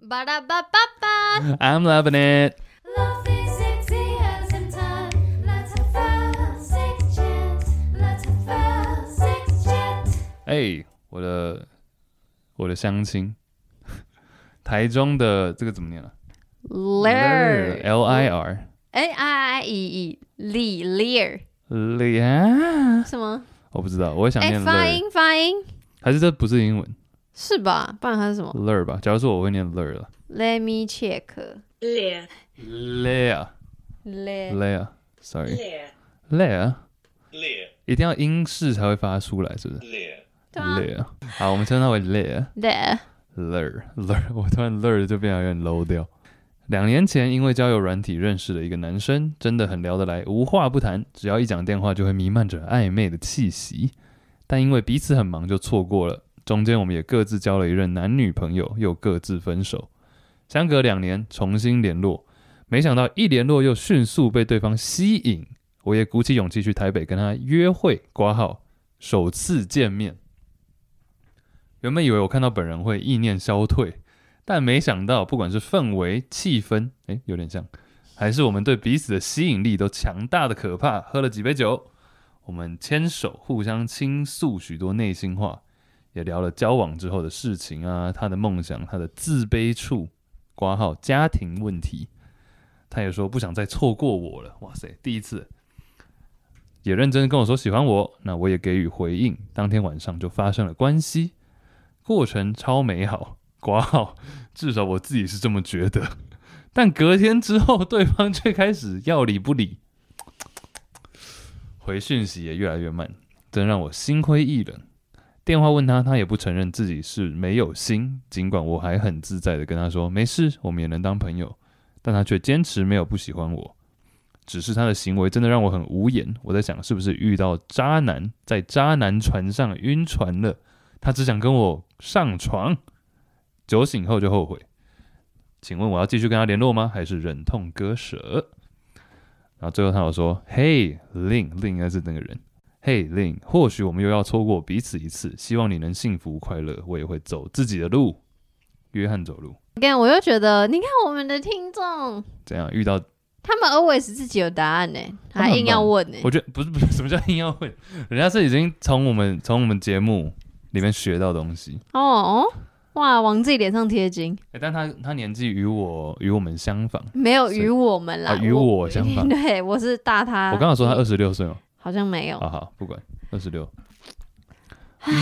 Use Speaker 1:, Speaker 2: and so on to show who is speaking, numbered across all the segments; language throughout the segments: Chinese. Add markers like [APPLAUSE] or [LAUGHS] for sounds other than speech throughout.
Speaker 1: ba da ba ba ba.
Speaker 2: I'm loving it.
Speaker 3: Love is sexy as in time. Let's have a sex chat. Let's have a sex chat.
Speaker 2: 哎、我的我的乡亲， [LAUGHS] 台中的这个怎么念啊
Speaker 1: Lear.
Speaker 2: L I R
Speaker 1: L I E E. Li Lear.
Speaker 2: 脸，
Speaker 1: 什么？
Speaker 2: 我不知道，我想
Speaker 1: 哎，
Speaker 2: 念
Speaker 1: 发
Speaker 2: ler，
Speaker 1: 音发音
Speaker 2: 还是这不是英文
Speaker 1: 是吧？不然它是什么
Speaker 2: ler 吧？假如说我会念 ler 了
Speaker 1: ？Let me check.
Speaker 4: Lear.
Speaker 2: ，ler
Speaker 1: Let
Speaker 2: ler sorry
Speaker 4: Lear.
Speaker 2: ler
Speaker 5: 列
Speaker 2: 一定要英式才会发出来，是不是
Speaker 5: 列
Speaker 1: 对啊
Speaker 2: ？ler 好，我们称它为 ler。
Speaker 1: there.
Speaker 2: ler ler，我突 [LAUGHS] 然 ler 就变得有点 low 掉。两年前因为交友软体认识了一个男生，真的很聊得来，无话不谈，只要一讲电话就会弥漫着暧昧的气息。但因为彼此很忙，就错过了。中间我们也各自交了一任男女朋友，又各自分手。相隔两年重新联络，没想到一联络又迅速被对方吸引。我也鼓起勇气去台北跟他约会，挂号，首次见面。原本以为我看到本人会意念消退，但没想到，不管是氛围、气氛，诶，有点像，还是我们对彼此的吸引力都强大的可怕。喝了几杯酒，我们牵手，互相倾诉许多内心话，也聊了交往之后的事情啊，他的梦想，他的自卑处，挂号家庭问题。他也说不想再错过我了。哇塞，第一次。也认真跟我说喜欢我，那我也给予回应。当天晚上就发生了关系，过程超美好，挂号，至少我自己是这么觉得。但隔天之后，对方却开始要理不理，回讯息也越来越慢，真让我心灰意冷。电话问他，他也不承认自己是没有心，尽管我还很自在的跟他说没事，我们也能当朋友，但他却坚持没有不喜欢我。只是他的行为真的让我很无言。我在想，是不是遇到渣男，在渣男船上晕船了？他只想跟我上床，酒醒后就后悔。请问我要继续跟他联络吗？还是忍痛割舍？然后最后他有说：“嘿，Lin Lin 应该是那个人。嘿，Lin，或许我们又要错过彼此一次。希望你能幸福快乐，我也会走自己的路。”约翰走路
Speaker 1: 你看，我又觉得，你看我们的听众，
Speaker 2: 怎样？遇到
Speaker 1: 他们 always 自己有答案呢，
Speaker 2: 他们
Speaker 1: 还
Speaker 2: 很
Speaker 1: 硬要
Speaker 2: 棒
Speaker 1: 问呢。
Speaker 2: 我觉得不是不是什么叫硬要问，人家是已经从我们从我们节目里面学到东西。
Speaker 1: 哦哦，哇，往自己脸上贴金，
Speaker 2: 诶但他他年纪与我与我们相仿，
Speaker 1: 没有
Speaker 2: 是
Speaker 1: 与我们啦，
Speaker 2: 啊与我相
Speaker 1: [LAUGHS]
Speaker 2: 仿
Speaker 1: 对，我是大他，
Speaker 2: 我刚刚说他二十六岁嘛，
Speaker 1: 好像没有，
Speaker 2: 好好，不管二十六。嗯，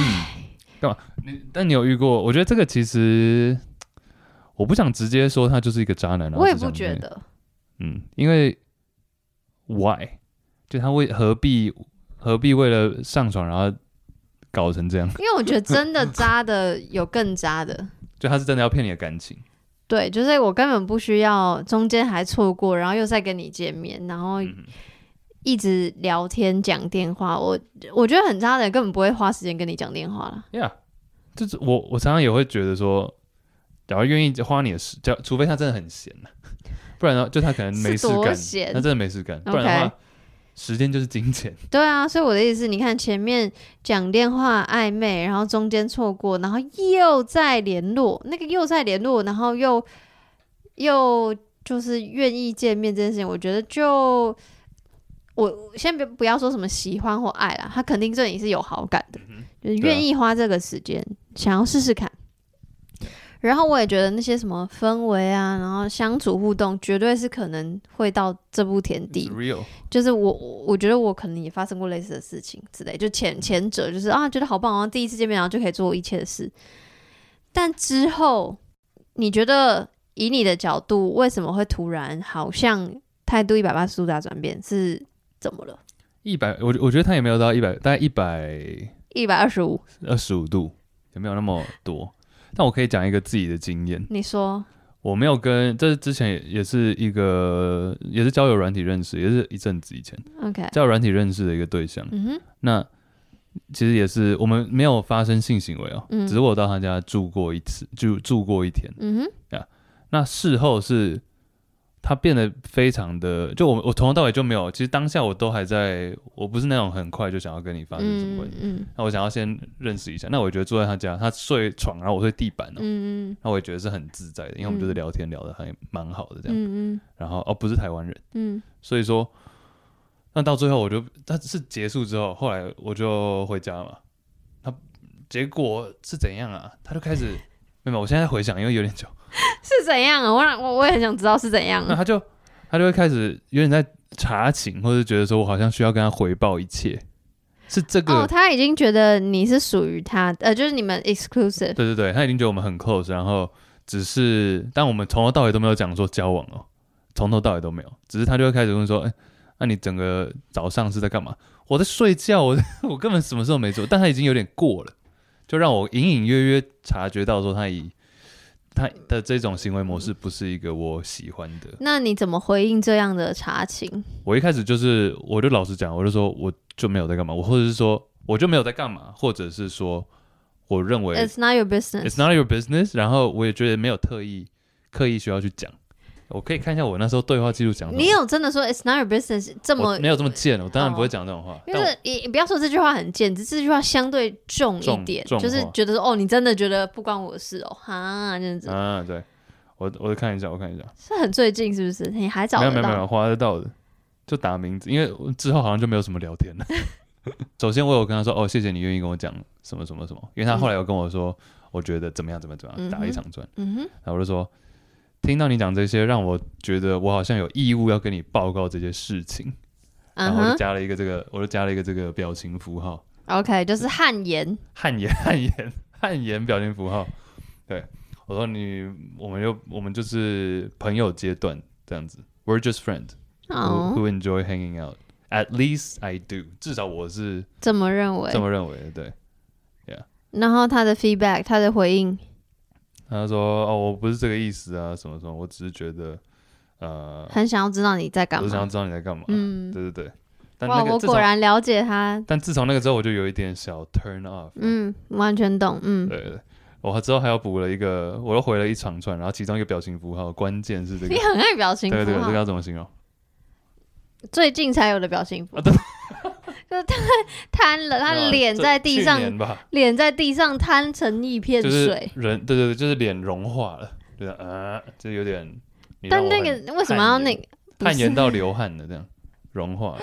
Speaker 2: 干嘛？你但你有遇过？我觉得这个其实，我不想直接说他就是一个渣男。
Speaker 1: 我也
Speaker 2: 然后
Speaker 1: 不
Speaker 2: 只
Speaker 1: 觉
Speaker 2: 想那个。
Speaker 1: 得，
Speaker 2: 嗯，因为 why？就他为何必何必为了上床然后搞成这样？
Speaker 1: 因为我觉得真的渣的有更渣的，
Speaker 2: 就他是真的要骗你的感情？
Speaker 1: 对，就是我根本不需要中间还错过，然后又再跟你见面，然后
Speaker 2: 嗯
Speaker 1: 一直聊天讲电话，我我觉得很渣的人根本不会花时间跟你讲电话啦。
Speaker 2: ，Yeah，就是我我常常也会觉得说，假如愿意花你的时，假如除非他真的很闲呐、不然呢，就他可能没
Speaker 1: 是
Speaker 2: 事
Speaker 1: 多
Speaker 2: 干，
Speaker 1: 闲
Speaker 2: 他真的没事干，不然的话
Speaker 1: OK
Speaker 2: 时间就是金钱。
Speaker 1: 对啊，所以我的意思，你看前面讲电话暧昧，然后中间错过，然后又再联络，那个又再联络，然后又又就是愿意见面这件事情，我觉得就我先别不要说什么喜欢或爱啦，他肯定对你是有好感的，就是
Speaker 2: 对啊
Speaker 1: 愿意花这个时间，想要试试看。然后我也觉得那些什么氛围啊，然后相处互动，绝对是可能会到这步田地
Speaker 2: It's real，
Speaker 1: 就是我，我我觉得我可能也发生过类似的事情之类，就前
Speaker 2: 嗯
Speaker 1: 前者就是啊，觉得好棒，然后第一次见面，然后就可以做一切的事。但之后，你觉得以你的角度，为什么会突然好像态度一百八十度大转变？是怎么了？
Speaker 2: 一百，我我觉得他也没有到一百，大概一百
Speaker 1: 一百二十五，
Speaker 2: 二十五度，也没有那么多。但我可以讲一个自己的经验，
Speaker 1: 你说
Speaker 2: 我没有跟，这是之前也也是一个也是交友软体认识，也是一阵子以前
Speaker 1: OK？
Speaker 2: 交友软体认识的一个对象。
Speaker 1: 嗯哼，
Speaker 2: 那其实也是我们没有发生性行为哦，
Speaker 1: 嗯
Speaker 2: 只是我到他家住过一次，住住过一天。
Speaker 1: 嗯哼，
Speaker 2: 那事后是他变得非常的，就我我从头到尾就没有，其实当下我都还在，我不是那种很快就想要啊跟你发生什么
Speaker 1: 嗯
Speaker 2: 关系，
Speaker 1: 嗯
Speaker 2: 那我想要先认识一下。那我觉得住在他家，他睡床，然后我睡地板哦，
Speaker 1: 嗯嗯
Speaker 2: 那我也觉得是很自在的，因为我们就是
Speaker 1: 嗯
Speaker 2: 聊天聊得还蛮好的这样。
Speaker 1: 嗯
Speaker 2: 然后哦，不是台湾人，
Speaker 1: 嗯
Speaker 2: 所以说，那到最后我就，他是结束之后，后来我就回家嘛。他结果是怎样啊？他就开始，没有，我现在回想，因为有点久。
Speaker 1: 是怎样啊？我让我我也很想知道是怎
Speaker 2: [LAUGHS]
Speaker 1: 样
Speaker 2: 那
Speaker 1: 啊。
Speaker 2: 他就他就会开始有点在查寝，或者觉得说我好像需要跟他回报一切，是这个。
Speaker 1: 哦，他已经觉得你是属于他，呃，就是你们 [LAUGHS] exclusive。
Speaker 2: 对对对，他已经觉得我们很 close，然后只是，但我们从头到尾都没有讲说交往哦，从头到尾都没有，只是他就会开始问说，哎，那、你整个早上是在干嘛？我在睡觉，我 [LAUGHS] 我根本什么时候没做，但他已经有点过了，就让我隐隐约约察觉到说他以他的这种行为模式不是一个我喜欢的。
Speaker 1: 那你怎么回应这样的查情？
Speaker 2: 我一开始就是，我就老实讲，我就说我就没有在干嘛，我或者是说我就没有在干嘛，或者是说我认为
Speaker 1: It's not your business。 [LAUGHS]
Speaker 2: It's not your business。然后我也觉得没有特意刻意需要去讲。我可以看一下我那时候对话记录讲什么。
Speaker 1: 你有真的说 It's not your business 这
Speaker 2: 我
Speaker 1: 么？
Speaker 2: 没有这么贱？我当然
Speaker 1: 哦
Speaker 2: 不会讲这种话。
Speaker 1: 因
Speaker 2: 但
Speaker 1: 为
Speaker 2: 我
Speaker 1: 这也也不要说这句话很贱，只是这句话相对重一
Speaker 2: 重
Speaker 1: 点，
Speaker 2: 重
Speaker 1: 就是
Speaker 2: 话
Speaker 1: 觉得说哦，你真的觉得不关我的事哦，哈，这样子、
Speaker 2: 啊，对，我我看一下，我看一下，
Speaker 1: 是很最近是不是？你还找
Speaker 2: 没
Speaker 1: 得
Speaker 2: 有
Speaker 1: 到？
Speaker 2: 没有没有，划得到的，就打名字，因为我之后好像就没有什么聊天了。 [LAUGHS] 首先我有跟他说，哦，谢谢你愿意跟我讲什么什么什么，因为他后来有跟我说，我觉得怎么样怎么样怎么样，打
Speaker 1: 嗯
Speaker 2: 一
Speaker 1: 哼
Speaker 2: 场转。
Speaker 1: 嗯哼，
Speaker 2: 然后我就说，听到你讲这些，让我觉得我好像有义务要跟你报告这些事情。然
Speaker 1: 嗯
Speaker 2: 后我就
Speaker 1: 哼
Speaker 2: 加了一个这个，我就加了一个这个表情符号，
Speaker 1: ，OK，就是汗颜，
Speaker 2: 汗颜 [LAUGHS] 汗颜汗颜表情符号。对，我说你，我们又我们就是朋友阶段这样子，We're just friend who
Speaker 1: 哦，
Speaker 2: who enjoy hanging out. At least I do，至少我是
Speaker 1: 这么认为
Speaker 2: 这。么认为的。对，
Speaker 1: 然后他的 feedback，他的回应，
Speaker 2: 嗯他说哦，我不是这个意思啊，什么什么，我只是觉得，呃，
Speaker 1: 很想要知道你在干
Speaker 2: 我想要
Speaker 1: 嘛。
Speaker 2: 知道你在干嘛。
Speaker 1: 嗯，
Speaker 2: 对对对，但
Speaker 1: 哇，
Speaker 2: 那
Speaker 1: 我
Speaker 2: 个至
Speaker 1: 果
Speaker 2: 少，
Speaker 1: 然了解他，
Speaker 2: 但自从那个之后，我就有一点小 turn off。
Speaker 1: 嗯，完全懂，嗯，
Speaker 2: 对对，对我之后还要补了一个，我又回了一长串，然后其中一个表情符号，关键是这个
Speaker 1: 你，很爱表情
Speaker 2: 对对
Speaker 1: 符
Speaker 2: 对，这
Speaker 1: 号
Speaker 2: 个，要怎么形容？
Speaker 1: 最近才有的表情符 [LAUGHS]
Speaker 2: 啊对，
Speaker 1: 就是他瘫了，他
Speaker 2: 没有啊
Speaker 1: 脸
Speaker 2: 这
Speaker 1: 在地
Speaker 2: 去
Speaker 1: 上，
Speaker 2: 年吧，
Speaker 1: 脸在地上摊成一片
Speaker 2: 就是
Speaker 1: 水。
Speaker 2: 人，对对对，就是脸融化了，对啊，呃就有点，你让
Speaker 1: 但
Speaker 2: 我
Speaker 1: 那
Speaker 2: 很
Speaker 1: 个为什么要
Speaker 2: 汗
Speaker 1: 那
Speaker 2: 颜
Speaker 1: 个？不
Speaker 2: 汗颜
Speaker 1: 是
Speaker 2: 到流汗了，这样融化了。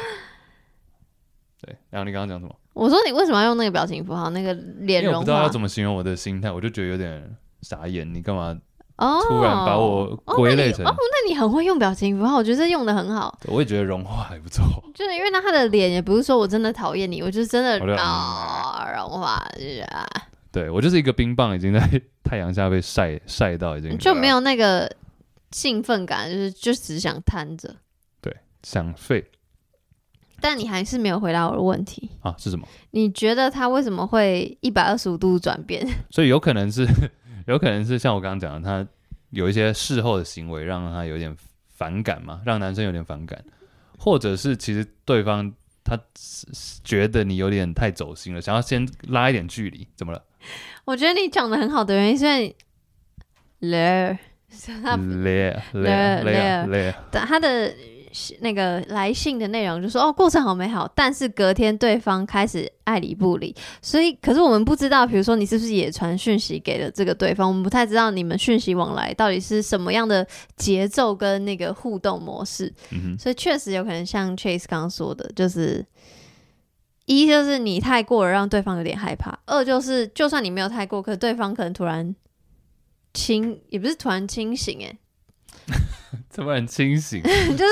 Speaker 2: 对，然后你刚刚讲什么？
Speaker 1: 我说你为什么要用那个表情符号？那个脸
Speaker 2: 因为我
Speaker 1: 融
Speaker 2: 不知道
Speaker 1: 化
Speaker 2: 要怎么形容我的心态，我就觉得有点傻眼，你干嘛
Speaker 1: 哦，
Speaker 2: 突然把我归类成？
Speaker 1: 哦那你哦那你很会用表情符号，我觉得这用的很好。
Speaker 2: 对我也觉得融化还不错。 [LAUGHS]
Speaker 1: 就是因为那他的脸也不是说我真的讨厌你，我就是真的
Speaker 2: 我就嗯
Speaker 1: 啊、融化了就是啊
Speaker 2: 对我就是一个冰棒，已经在太阳下被晒晒到已经
Speaker 1: 就没有那个兴奋感，就是就只想瘫着。
Speaker 2: 想废
Speaker 1: 但你还是没有回答我的问题，
Speaker 2: 啊？是什么？
Speaker 1: 你觉得他为什么会一百二十五度转变？ [LAUGHS]
Speaker 2: 所以有可能是， [LAUGHS] 有可能是像我刚刚讲的，他有一些事后的行为让他有点反感嘛，让男生有点反感，或者是其实对方他觉得你有点太走心了，想要先拉一点距离，怎么了？
Speaker 1: 我觉得你讲的很好的原因，虽然，Lear，是他
Speaker 2: 累啊累啊累啊累啊，
Speaker 1: 但他的那个来信的内容就说哦，过程好美好，但是隔天对方开始爱理不理，所以可是我们不知道，比如说你是不是也传讯息给了这个对方，我们不太知道你们讯息往来到底是什么样的节奏跟那个互动模式，
Speaker 2: 嗯哼，
Speaker 1: 所以确实有可能像 Chase 刚刚说的，就是。一就是你太过了，让对方有点害怕；二就是就算你没有太过，可对方可能突然清，也不是突然清醒，哎，
Speaker 2: 这么很清 [LAUGHS] 醒，
Speaker 1: 就是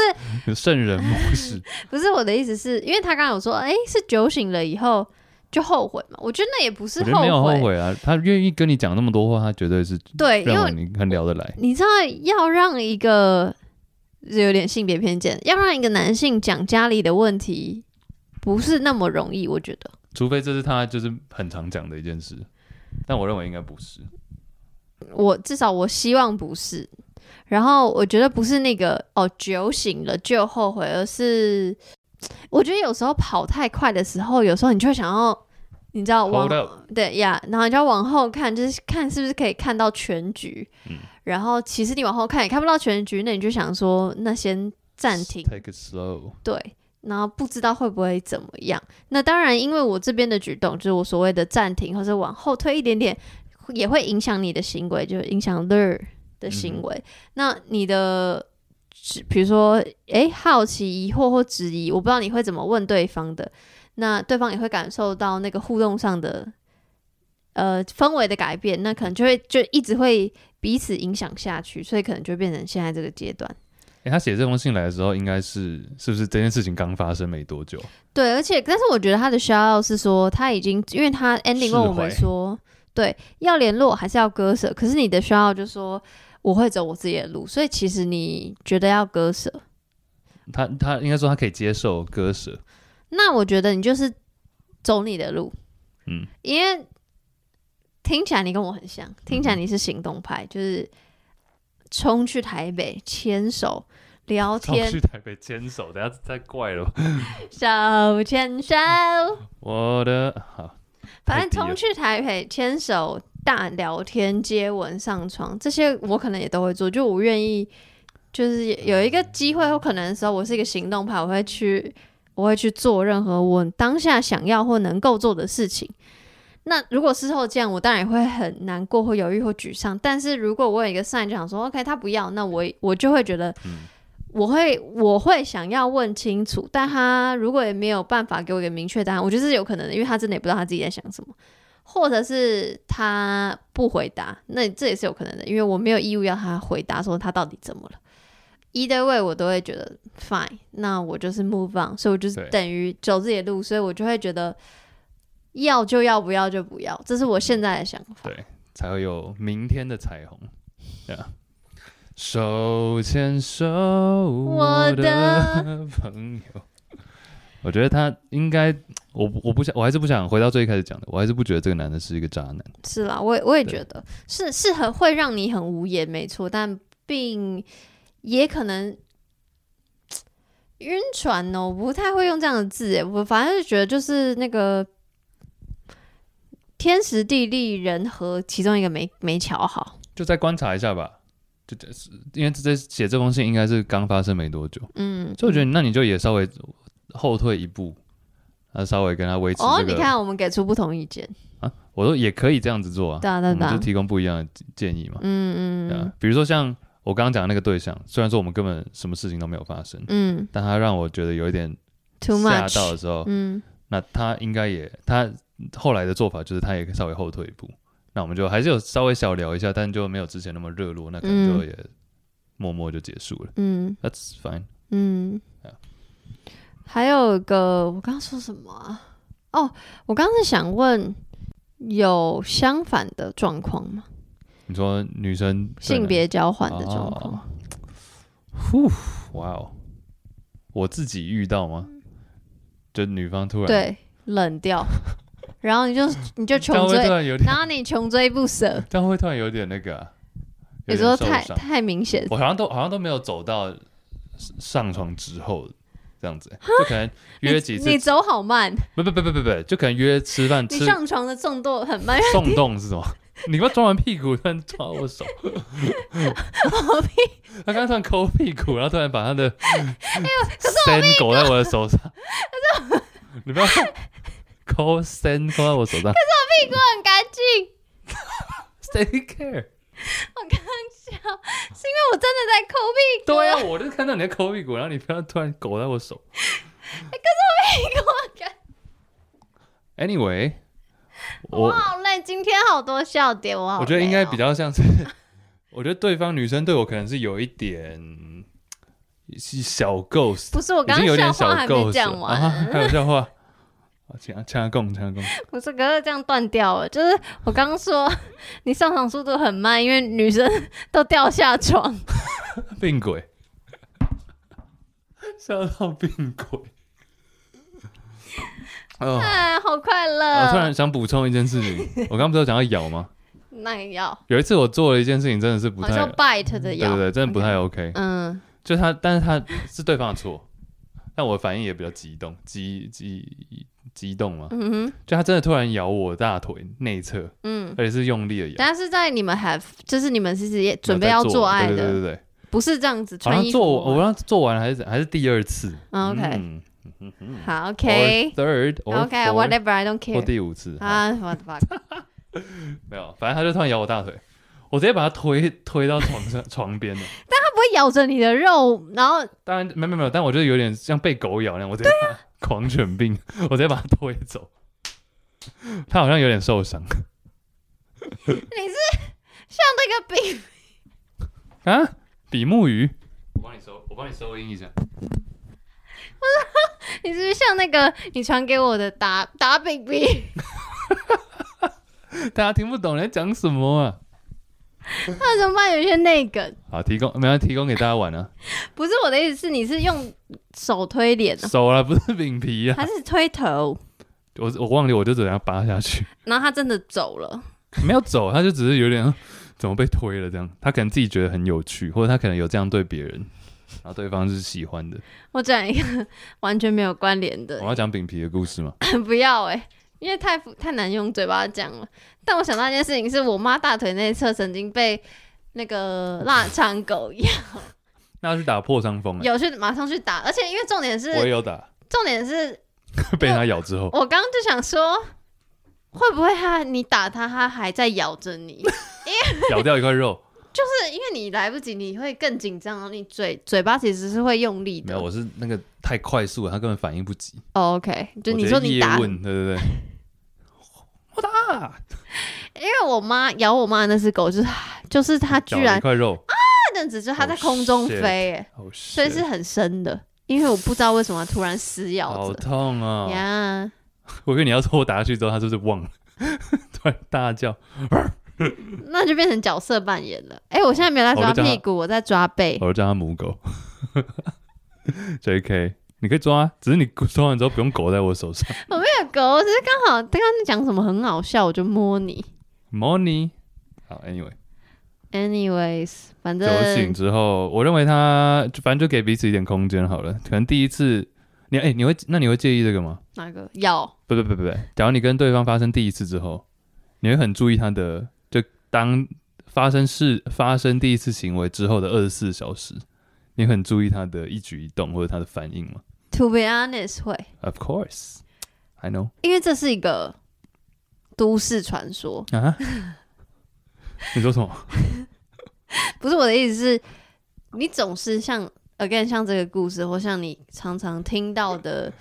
Speaker 2: 有圣人模式，
Speaker 1: 不是我的意思是，因为他刚刚有说，哎、是酒醒了以后就后悔嘛？我觉得那也不是
Speaker 2: 我觉
Speaker 1: 后
Speaker 2: 得
Speaker 1: 悔，
Speaker 2: 没有后悔啊，他愿意跟你讲那么多话，他绝对是
Speaker 1: 对，因
Speaker 2: 认
Speaker 1: 为
Speaker 2: 为你很聊得来。
Speaker 1: 你知道要让一个有点性别偏见，要让一个男性讲家里的问题，不是那么容易，我觉得。
Speaker 2: 除非这是他就是很常讲的一件事，但我认为应该不是。
Speaker 1: 我至少我希望不是。然后我觉得不是那个哦，酒醒了就后悔，而是我觉得有时候跑太快的时候，有时候你就会想要你知道往
Speaker 2: Hold up
Speaker 1: 对呀然后你就要往后看，就是看是不是可以看到全局。
Speaker 2: 嗯
Speaker 1: 然后其实你往后看也看不到全局，那你就想说那先暂停，
Speaker 2: ，take it slow。
Speaker 1: 对，然后不知道会不会怎么样。那当然，因为我这边的举动，就是我所谓的暂停或者往后退一点点，也会影响你的行为，就是影响 learn 的行为。那你的，比如说，诶，好奇、疑惑或质疑，我不知道你会怎么问对方的，那对方也会感受到那个互动上的。呃，氛围的改变，那可能就会就一直会彼此影响下去，所以可能就变成现在这个阶段。
Speaker 2: 诶，他写这封信来的时候，应该是是不是这件事情刚发生没多久？
Speaker 1: 对，而且但是我觉得他的 shout out 是说他已经，因为他 ending
Speaker 2: 释
Speaker 1: 问我们
Speaker 2: 怀
Speaker 1: 说，对，要联络还是要割舍？可是你的 shout out 就说我会走我自己的路，所以其实你觉得要割舍，
Speaker 2: 他他应该说他可以接受割舍，
Speaker 1: 那我觉得你就是走你的路，
Speaker 2: 嗯，
Speaker 1: 因为听起来你跟我很像，听
Speaker 2: 嗯
Speaker 1: 起来你是行动派，就是冲去台北牵手聊
Speaker 2: 他
Speaker 1: 天
Speaker 2: 去，台北牵手，等下太怪了吧。
Speaker 1: 手牵手。
Speaker 2: 我的好，
Speaker 1: 反正
Speaker 2: 太低了
Speaker 1: 冲去台北牵手、大聊天、接吻、上床，这些我可能也都会做。就我愿意，就是有一个机会或可能的时候，我是一个行动派，我会去，我会去做任何我当下想要或能够做的事情。那如果事后这样，我当然也会很难过、或犹豫、或沮丧。但是如果我有一个 sign 就想说，OK，他不要，那我我就会觉得，我会我会想要问清楚。但他如果也没有办法给我一个明确答案，我觉得这是有可能的，因为他真的也不知道他自己在想什么。或者是他不回答，那这也是有可能的，因为我没有义务要他回答说他到底怎么了。Either way，我都会觉得 fine，那我就是 move on，所以我就是
Speaker 2: 对
Speaker 1: 等于走自己的路，所以我就会觉得要就要，不要就不要，这是我现在的想法。
Speaker 2: 对，才会有明天的彩虹。对啊，手牵手，我的朋友。我觉得他应该，我不我不想，我还是不想回到最一开始讲的，我还是不觉得这个男的是一个渣男。
Speaker 1: 是啦，我也我也
Speaker 2: 对
Speaker 1: 觉得是是很会让你很无言，没错，但并也可能晕船哦，我不太会用这样的字诶，我反正就觉得就是那个天时地利人和其中一个没没瞧好，
Speaker 2: 就再观察一下吧。就这是因为这这写这封信应该是刚发生没多久，
Speaker 1: 嗯，
Speaker 2: 所以我觉得那你就也稍微后退一步，啊，稍微跟他维持
Speaker 1: 哦，
Speaker 2: 这
Speaker 1: 你
Speaker 2: 个。
Speaker 1: 看我们给出不同意见，
Speaker 2: 啊，我说也可以这样子做啊，
Speaker 1: 对啊对啊
Speaker 2: 我们
Speaker 1: 对
Speaker 2: 就
Speaker 1: 啊
Speaker 2: 提供不一样的建议嘛。
Speaker 1: 嗯
Speaker 2: 对啊
Speaker 1: 嗯，
Speaker 2: 比如说像我刚刚讲的那个对象，虽然说我们根本什么事情都没有发生，
Speaker 1: 嗯
Speaker 2: 但他让我觉得有一点
Speaker 1: ，too
Speaker 2: 吓到
Speaker 1: much，
Speaker 2: 的时候，
Speaker 1: 嗯，
Speaker 2: 那他应该也他后来的做法就是他也稍微后退一步，那我们就还是有稍微小聊一下，但就没有之前那么热络，那可能就
Speaker 1: 嗯
Speaker 2: 也默默就结束了。
Speaker 1: 嗯
Speaker 2: That's fine。
Speaker 1: 嗯
Speaker 2: 对啊，
Speaker 1: 还有一个，我刚刚说什么啊？哦，我刚刚是想问，有相反的状况吗？
Speaker 2: 你说女生对
Speaker 1: 性
Speaker 2: 男
Speaker 1: 别交换的状况，
Speaker 2: 哦呼，哇哦，我自己遇到吗？就女方突然，
Speaker 1: 对，冷
Speaker 2: [LAUGHS]
Speaker 1: 掉，然后你就你就
Speaker 2: 这样
Speaker 1: 穷
Speaker 2: 会突
Speaker 1: 追，
Speaker 2: 然有点，
Speaker 1: 然后你穷追不舍，
Speaker 2: 这样会突然有点那个、啊， [LAUGHS]
Speaker 1: 有
Speaker 2: 有
Speaker 1: 时
Speaker 2: 点
Speaker 1: 候
Speaker 2: 受
Speaker 1: 太
Speaker 2: 伤
Speaker 1: 太明显，
Speaker 2: 我好像都好像都没有走到上床之后这样子、就可能约几次
Speaker 1: 你，你走好慢，
Speaker 2: 不不不不不不，就可能约吃饭
Speaker 1: 你
Speaker 2: [LAUGHS] 吃
Speaker 1: 上床的动作很慢，
Speaker 2: 送动是什么？你不要抓完屁股突然抓
Speaker 1: [LAUGHS]
Speaker 2: 我手，
Speaker 1: 我屁
Speaker 2: 他刚刚突然抠屁股，然后突然把他的
Speaker 1: 哎
Speaker 2: 伸狗在我的手上，你不要抠伸抠在我手上
Speaker 1: 很干净，
Speaker 2: ，Stay care。
Speaker 1: 我刚刚笑，是因为我真的在抠屁股，
Speaker 2: 对啊，我就看到你在抠屁股，然后你不要突然狗在我手。
Speaker 1: 哎屁股很干净
Speaker 2: Anyway，我
Speaker 1: 我好累，今天好多笑点，我好、哦
Speaker 2: 我觉得应该比，较像是， [LAUGHS] 我觉得对方女生对我可能是有一点是小 ghost，
Speaker 1: 不是我
Speaker 2: 已
Speaker 1: 刚
Speaker 2: 经有
Speaker 1: 刚
Speaker 2: 点
Speaker 1: 笑
Speaker 2: 小
Speaker 1: 话还没
Speaker 2: ghost
Speaker 1: 讲
Speaker 2: 了
Speaker 1: 完，
Speaker 2: 啊，还有笑话，啊好掐掐共掐 [LAUGHS] 共。
Speaker 1: 不是，可是这样断掉了。就是我刚刚说 [LAUGHS] 你上场速度很慢，因为女生都掉下床。
Speaker 2: 病鬼，笑到病鬼。 [LAUGHS] 哦，
Speaker 1: 哎，好快
Speaker 2: 我突然
Speaker 1: 乐！
Speaker 2: 想补充一件事情，我刚刚不是有讲到咬吗？
Speaker 1: 那个药
Speaker 2: 有一次我做了一件事情，真的是不
Speaker 1: 好
Speaker 2: 太
Speaker 1: 像，bite 的
Speaker 2: 对
Speaker 1: 药，
Speaker 2: 对对，真的不太 OK。
Speaker 1: 嗯
Speaker 2: 就他，但是他是对方的错，但我反应也比较激动，激激激动嘛，
Speaker 1: 嗯哼，
Speaker 2: 就他真的突然咬我大腿内侧，
Speaker 1: 嗯。
Speaker 2: 而且是用力的咬，
Speaker 1: 但是在你们 have，就是你们其实也准备要
Speaker 2: 没有在
Speaker 1: 做爱
Speaker 2: 对对
Speaker 1: 的，
Speaker 2: 对对对，
Speaker 1: 不是这样子
Speaker 2: 好
Speaker 1: 穿
Speaker 2: 像
Speaker 1: 衣服
Speaker 2: 做
Speaker 1: 吗。
Speaker 2: 我让做完还是还是第二次
Speaker 1: 嗯 OK
Speaker 2: 嗯
Speaker 1: 好
Speaker 2: or
Speaker 1: ，OK，OK，whatever，
Speaker 2: third or fourth
Speaker 1: I don't
Speaker 2: 或
Speaker 1: care。
Speaker 2: 第五次，
Speaker 1: 啊，what the fuck？
Speaker 2: 没有，反正他就突然咬我大腿，我直接把他推推到床上 [LAUGHS] 床边了。
Speaker 1: 不会咬着你的肉，然后啊
Speaker 2: 当然没有没有没有，但我就是有点像被狗咬那样，我直接把他、狂犬病，我直接把他推走。他好像有点受伤
Speaker 1: 那个病
Speaker 2: 啊，比目鱼。我帮你收，我帮你收音一下。
Speaker 1: 你是不是像那个你传给我的打打 baby？
Speaker 2: 大家听不懂你在讲什么啊？
Speaker 1: [LAUGHS] 那怎么办？有些内梗，
Speaker 2: 好，提供没有提供给大家玩 [LAUGHS] 啊，
Speaker 1: 不是我的意思，是你是用手推脸哦，
Speaker 2: 手了不是饼皮啊，
Speaker 1: 还是推头？
Speaker 2: 我我忘记我就怎样扒下去， [LAUGHS]
Speaker 1: 然后他真的走了，
Speaker 2: 没有走，他就只是有点嗯怎么被推了这样，他可能自己觉得很有趣，或者他可能有这样对别人，然后对方是喜欢的。
Speaker 1: 我讲一个完全没有关联的
Speaker 2: 我，要讲饼皮的故事吗？
Speaker 1: 不要哎、因为太太难用嘴巴讲了。但我想到一件事情，是我妈大腿内侧曾经被那个腊肠狗咬，
Speaker 2: 那要去打破伤风、欸，
Speaker 1: 有去马上去打，而且因为重点
Speaker 2: 我也
Speaker 1: 是
Speaker 2: 有打， [LAUGHS]
Speaker 1: 重点是
Speaker 2: 被它
Speaker 1: [LAUGHS]
Speaker 2: 咬之后，
Speaker 1: 我刚刚就想说，会不会他你打他，他还在咬着你？ [LAUGHS]
Speaker 2: 咬掉一块肉。
Speaker 1: 就是因为你来不及，你会更紧张，然后你嘴嘴巴其实是会用力
Speaker 2: 没
Speaker 1: 的
Speaker 2: 有，。我是那个太快速了，它根本反应不及。
Speaker 1: o 哦 OK，就
Speaker 2: 我
Speaker 1: 你
Speaker 2: 直接
Speaker 1: 说你
Speaker 2: 叶
Speaker 1: 打，
Speaker 2: 问，对对
Speaker 1: [LAUGHS]
Speaker 2: 对，
Speaker 1: 因为我妈咬我妈的那只狗，就是就是它居
Speaker 2: 咬了
Speaker 1: 然
Speaker 2: 一块肉，
Speaker 1: [LAUGHS] 那阵子就是它在空中
Speaker 2: Oh
Speaker 1: 飞、
Speaker 2: shit
Speaker 1: 欸，
Speaker 2: 好
Speaker 1: 所以
Speaker 2: 深，
Speaker 1: 是很深的。因为我不知道为什么它突然撕咬
Speaker 2: 好
Speaker 1: 着
Speaker 2: 痛啊！
Speaker 1: 呀，
Speaker 2: 我以为你要说我打下去之后，它是不是忘了？ [LAUGHS] 突然大叫，
Speaker 1: 那就变成角色扮演了。哎、我现在没有在
Speaker 2: 哦我
Speaker 1: 抓
Speaker 2: 就叫它哦
Speaker 1: 屁股，我在抓背。
Speaker 2: 我就叫它母狗。J.K. 你可以抓，啊只是你抓完之后不用狗在我手上。
Speaker 1: 那个狗只是刚好刚刚你讲什么很好笑，我就摸你。
Speaker 2: Money，好，Anyway。
Speaker 1: Anyways，反正
Speaker 2: 酒醒之后，我认为他就反正就给彼此一点空间好了。可能第一次，你哎、你会那你会介意这个吗？
Speaker 1: 哪个要
Speaker 2: 不不不不不，假如你跟对方发生第一次之后，你会很注意他的，就当发生事发生第一次行为之后的二十四小时，你很注意他的一举一动或者他的反应吗
Speaker 1: ？To be honest，会，
Speaker 2: ？Of course, I know
Speaker 1: 因为这是一个都市传说，
Speaker 2: 啊。 [LAUGHS] 你说什么？
Speaker 1: 不是我的意思是，你总是像 again 像这个故事，或像你常常听到的。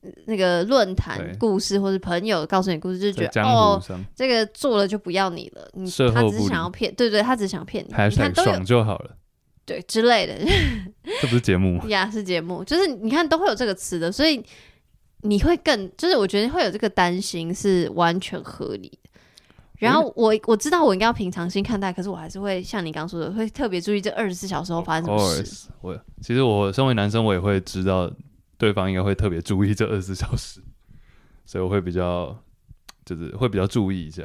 Speaker 1: 呃那个论坛
Speaker 2: 对
Speaker 1: 故事，或是朋友告诉你故事，就
Speaker 2: 在
Speaker 1: 觉得
Speaker 2: 江
Speaker 1: 哦
Speaker 2: 湖，上、
Speaker 1: 这个做了就不要你了，你
Speaker 2: 售
Speaker 1: 他
Speaker 2: 后
Speaker 1: 只是
Speaker 2: 不
Speaker 1: 想
Speaker 2: 理
Speaker 1: 要骗，对对，他只是想骗你，
Speaker 2: 还
Speaker 1: 你看
Speaker 2: 是
Speaker 1: 都有
Speaker 2: 爽就好了，
Speaker 1: 对之类的，
Speaker 2: 这不是节目吗？
Speaker 1: [LAUGHS] 雅思节目，就是你看都会有这个词的，所以你会更就是我觉得会有这个担心是完全合理的。然后我我知道我应该要平常心看待，可是我还是会像你刚说的，会特别注意这二十四小时后发生什么事。
Speaker 2: Of course，我其实我身为男生，我也会知道对方应该会特别注意这二十四小时，所以我会比较就是会比较注意一下，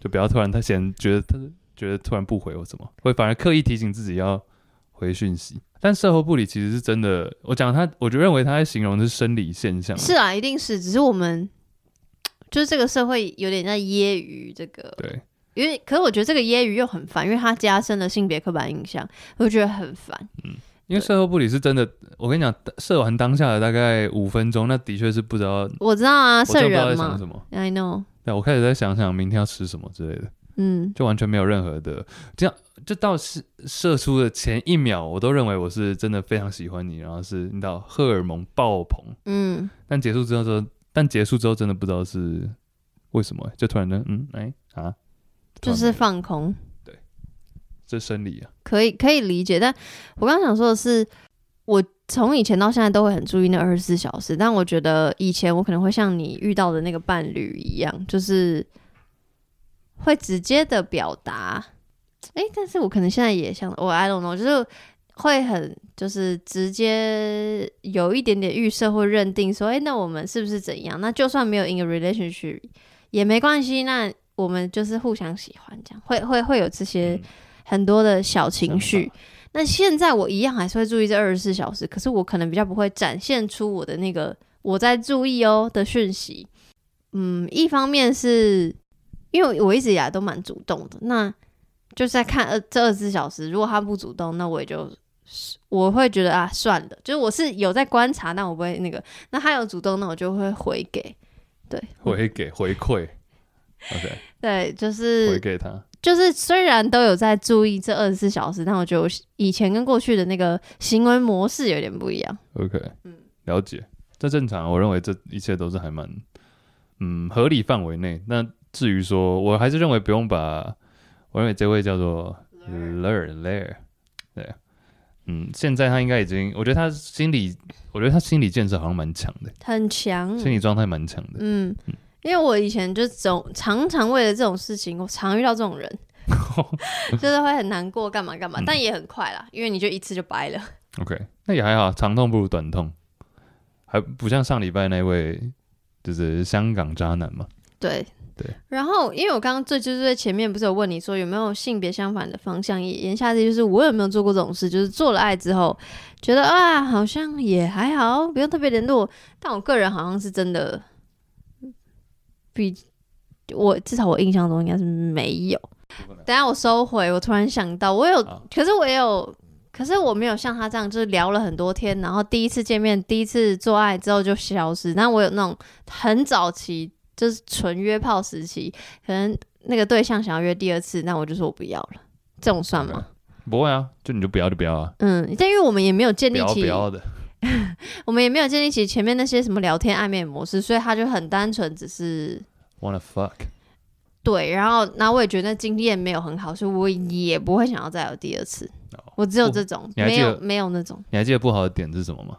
Speaker 2: 就不要突然他嫌觉得他觉得突然不回我什么，会反而刻意提醒自己要回讯息。但事后不理其实是真的，我讲他，我就认为他在形容的是生理现象，
Speaker 1: 是啊，一定是，只是我们就是这个社会有点在揶揄这个，
Speaker 2: 对，
Speaker 1: 因为可是我觉得这个揶揄又很烦，因为它加深了性别刻板印象，我觉得很烦。
Speaker 2: 因为事后不理是真的。我跟你讲，射完当下的大概五分钟，那的确是不知道，
Speaker 1: 我知道啊，
Speaker 2: 嗯我
Speaker 1: 圣
Speaker 2: 真的不知道在
Speaker 1: 人
Speaker 2: 想
Speaker 1: 嘛
Speaker 2: 什么。
Speaker 1: ，I know，
Speaker 2: 对，我开始在想想明天要吃什么之类的。
Speaker 1: 嗯，
Speaker 2: 就完全没有任何的这样，就到射射出的前一秒，我都认为我是真的非常喜欢你，然后是你知道荷尔蒙爆棚，
Speaker 1: 嗯，
Speaker 2: 但结束之后说，但结束之后真的不知道是为什么欸、就突然间嗯哎、啊，突
Speaker 1: 就
Speaker 2: 然
Speaker 1: 是
Speaker 2: 没了
Speaker 1: 放空。
Speaker 2: 这生理啊，
Speaker 1: 可以可以理解，但我刚刚想说的是，我从以前到现在都会很注意那二十四小时，但我觉得以前我可能会像你遇到的那个伴侣一样，就是会直接的表达。诶，但是我可能现在也像我 I don't know，就是会很就是直接有一点点预设或认定说，诶，那我们是不是怎样？那就算没有 in a relationship 也没关系，那我们就是互相喜欢，这样会会会有这些
Speaker 2: 嗯
Speaker 1: 很多的小情绪
Speaker 2: 想。
Speaker 1: 那现在我一样还是会注意这二十四小时，可是我可能比较不会展现出我的那个我在注意哦的讯息。嗯，一方面是因为我一直以来都蛮主动的，那就是在看呃这二十四小时，如果他不主动，那我也就我会觉得啊算了，就是我是有在观察，但我不会那个。那他有主动，那我就会回给。对，
Speaker 2: 回给回馈，OK，
Speaker 1: 对，就
Speaker 2: 回
Speaker 1: 是
Speaker 2: 给他。
Speaker 1: 就是，虽然都有在注意这二十四小时，但我觉得我以前跟过去的那个行为模式有点不一样。
Speaker 2: OK，了
Speaker 1: 嗯
Speaker 2: 解，这正常，我认为这一切都是还蛮，嗯，合理范围内。那至于说，我还是认为不用把，我认为这位叫做 Lair Lair，对，嗯，现在他应该已经，我觉得他心理，我觉得他心理建设好像蛮强的，
Speaker 1: 很强，
Speaker 2: 心理状态蛮强的。
Speaker 1: 嗯，因为我以前就总常常为了这种事情，我常遇到这种
Speaker 2: [LAUGHS]
Speaker 1: 人，就是会很难过，干嘛干嘛，
Speaker 2: 嗯
Speaker 1: 但也很快啦，因为你就一次就掰了。
Speaker 2: OK，那也还好，长痛不如短痛，还不像上礼拜那位就是香港渣男嘛。
Speaker 1: 对
Speaker 2: 对。
Speaker 1: 然后，因为我刚刚最就是在前面不是有问你说有没有性别相反的方向，也言下之意就是我有没有做过这种事，就是做了爱之后觉得啊好像也还好，不用特别联络。但我个人好像是真的比我至少我印象中应该是没有。等一下我收回，我突然想到，我有
Speaker 2: 好，
Speaker 1: 可是我也有。可是我没有像他这样，就是聊了很多天，然后第一次见面、第一次做爱之后就消失。那我有那种很早期就是纯约炮时期，可能那个对象想要约第二次，那我就说我不要了，这种算
Speaker 2: [LAUGHS]
Speaker 1: 吗？
Speaker 2: 不会啊，就你就不要就不要啊，
Speaker 1: 嗯，但因为我们也没有建
Speaker 2: 不
Speaker 1: 立
Speaker 2: 要不
Speaker 1: 起，
Speaker 2: 要的。
Speaker 1: 我们也没有建立起前面那些什么聊天暧昧的模式，所以他就很单纯，只是
Speaker 2: Wanna fuck？
Speaker 1: 对。然后，然后我也觉得那经验没有很好，所以我也不会想要再有第二次。我只有这种，
Speaker 2: 哦你还
Speaker 1: 没
Speaker 2: 记得
Speaker 1: 有没有那种
Speaker 2: 你还记得不好的点是什么吗？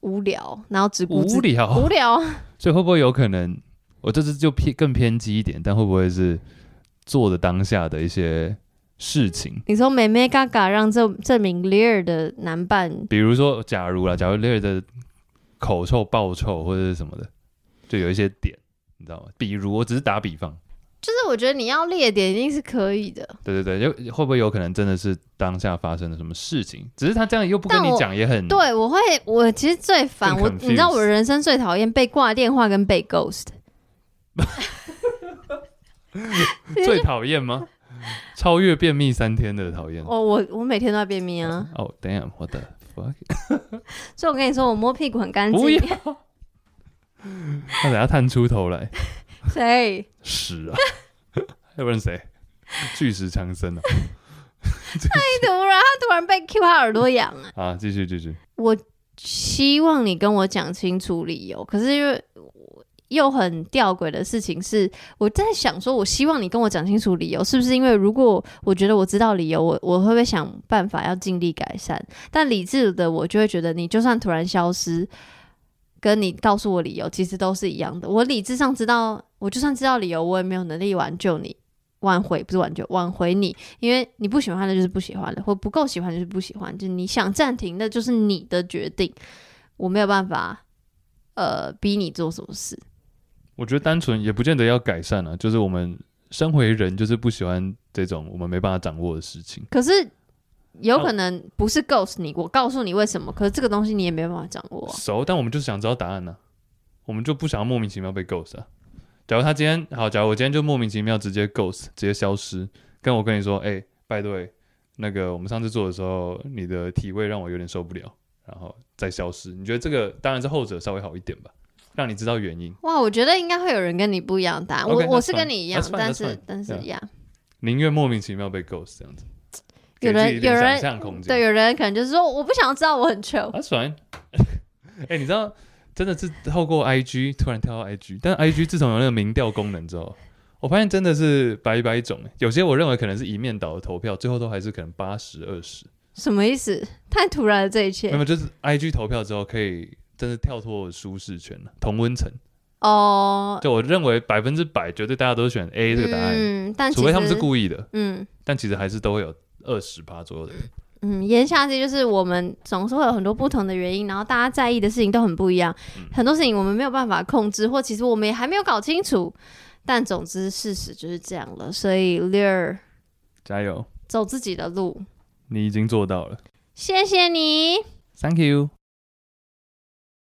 Speaker 1: 无聊，然后只顾自
Speaker 2: 无聊。
Speaker 1: 无聊 [LAUGHS] 啊，
Speaker 2: 所以会不会有可能，我这次就偏更偏激一点，但会不会是做的当下的一些事情？
Speaker 1: 你说美美嘎嘎让这这名 Lear 的男伴
Speaker 2: 比如说，假如啦，假如 Lair 的口臭、爆臭或者是什么的，就有一些点，你知道吗？比如，我只是打比方。
Speaker 1: 就是我觉得你要列点一定是可以的，
Speaker 2: 对对对，有会不会有可能真的是当下发生了什么事情？只是他这样又不跟
Speaker 1: 但
Speaker 2: 你
Speaker 1: 我
Speaker 2: 讲，也很，
Speaker 1: 对，我会，我其实最烦
Speaker 2: 嗯更
Speaker 1: 我，
Speaker 2: confused
Speaker 1: 你知道我人生最讨厌被挂电话跟被 ghost，
Speaker 2: 最讨厌吗？超越便秘三天的讨厌。
Speaker 1: 我我我每天都在便秘哦啊，
Speaker 2: 哦、d a m n w h a t the fuck！
Speaker 1: 所以我跟你说，我摸屁股很干
Speaker 2: [LAUGHS] 不
Speaker 1: 净
Speaker 2: 要，他等下探出头来，
Speaker 1: [LAUGHS] 谁？ [LAUGHS]
Speaker 2: 屎啊！ [LAUGHS] 要不然谁？巨石强森啊！
Speaker 1: 你突然他突然被 Q，他耳朵痒啊！
Speaker 2: 啊，继续继续，
Speaker 1: 我希望你跟我讲清楚理由，可是因为我又很吊诡的事情是，我在想说，我希望你跟我讲清楚理由，是不是因为如果我觉得我知道理由，我我会不会想办法要尽力改善？但理智的我就会觉得，你就算突然消失，跟你告诉我理由其实都是一样的。我理智上知道，我就算知道理由，我也没有能力挽救你。挽回不是挽救，挽回你，因为你不喜欢的就是不喜欢的，或不够喜欢就是不喜欢，就是你想暂停那就是你的决定，我没有办法，呃，逼你做什么事。
Speaker 2: 我觉得单纯也不见得要改善啊，就是我们身为人，就是不喜欢这种我们没办法掌握的事情。
Speaker 1: 可是有可能不是 ghost 你，我告诉你为什么，可是这个东西你也没办法掌握啊、
Speaker 2: 熟，但我们就是想知道答案呢、我们就不想要莫名其妙被 ghost 啊。假如他今天好，假如我今天就莫名其妙直接 ghost，直接消失，跟我跟你说，哎、拜对，那个我们上次做的时候，你的体味让我有点受不了，然后再消失，你觉得这个当然是后者稍微好一点吧，让你知道原因，
Speaker 1: 哇，我觉得应该会有人跟你不一样的答案。
Speaker 2: OK，
Speaker 1: 我我
Speaker 2: that's
Speaker 1: 是跟你一样
Speaker 2: fine，that's fine，
Speaker 1: 但
Speaker 2: that's fine，
Speaker 1: 是但是
Speaker 2: yeah
Speaker 1: 一样。
Speaker 2: 宁愿莫名其妙被 ghost 这样子，
Speaker 1: 有
Speaker 2: 给自
Speaker 1: 人
Speaker 2: 己一
Speaker 1: 有
Speaker 2: 呃点想
Speaker 1: 人
Speaker 2: 象空间。
Speaker 1: 对，有人可能就是说我不想知道我很穷，
Speaker 2: That's fine [LAUGHS] 哎、你知道，真的是透过 IG 突然跳到 IG，但 IG 自从有那个民调功能之后，我发现真的是百百种、哎有些我认为可能是一面倒的投票，最后都还是可能八十二十。
Speaker 1: 什么意思？太突然了这一
Speaker 2: 那
Speaker 1: 切
Speaker 2: 么就是 IG 投票之后，可以真的跳脱舒适圈了，同温层。
Speaker 1: 哦。
Speaker 2: 就我认为百分之百绝对大家都选 A 这个答案，
Speaker 1: 嗯，但
Speaker 2: 除非
Speaker 1: 其
Speaker 2: 他们是
Speaker 1: 实
Speaker 2: 故意的，
Speaker 1: 嗯。
Speaker 2: 但其实还是都会有二十趴左右的人。
Speaker 1: 嗯，言下之意就是我们总是会有很多不同的原因，然后大家在意的事情都很不一样，很多事情我们没有办法控制，或其实我们也还没有搞清楚。但总之事实就是这样了，所以 Lear
Speaker 2: 加油！
Speaker 1: 走自己的路，
Speaker 2: 你已经做到了
Speaker 1: 谢谢你。
Speaker 2: ，Thank you。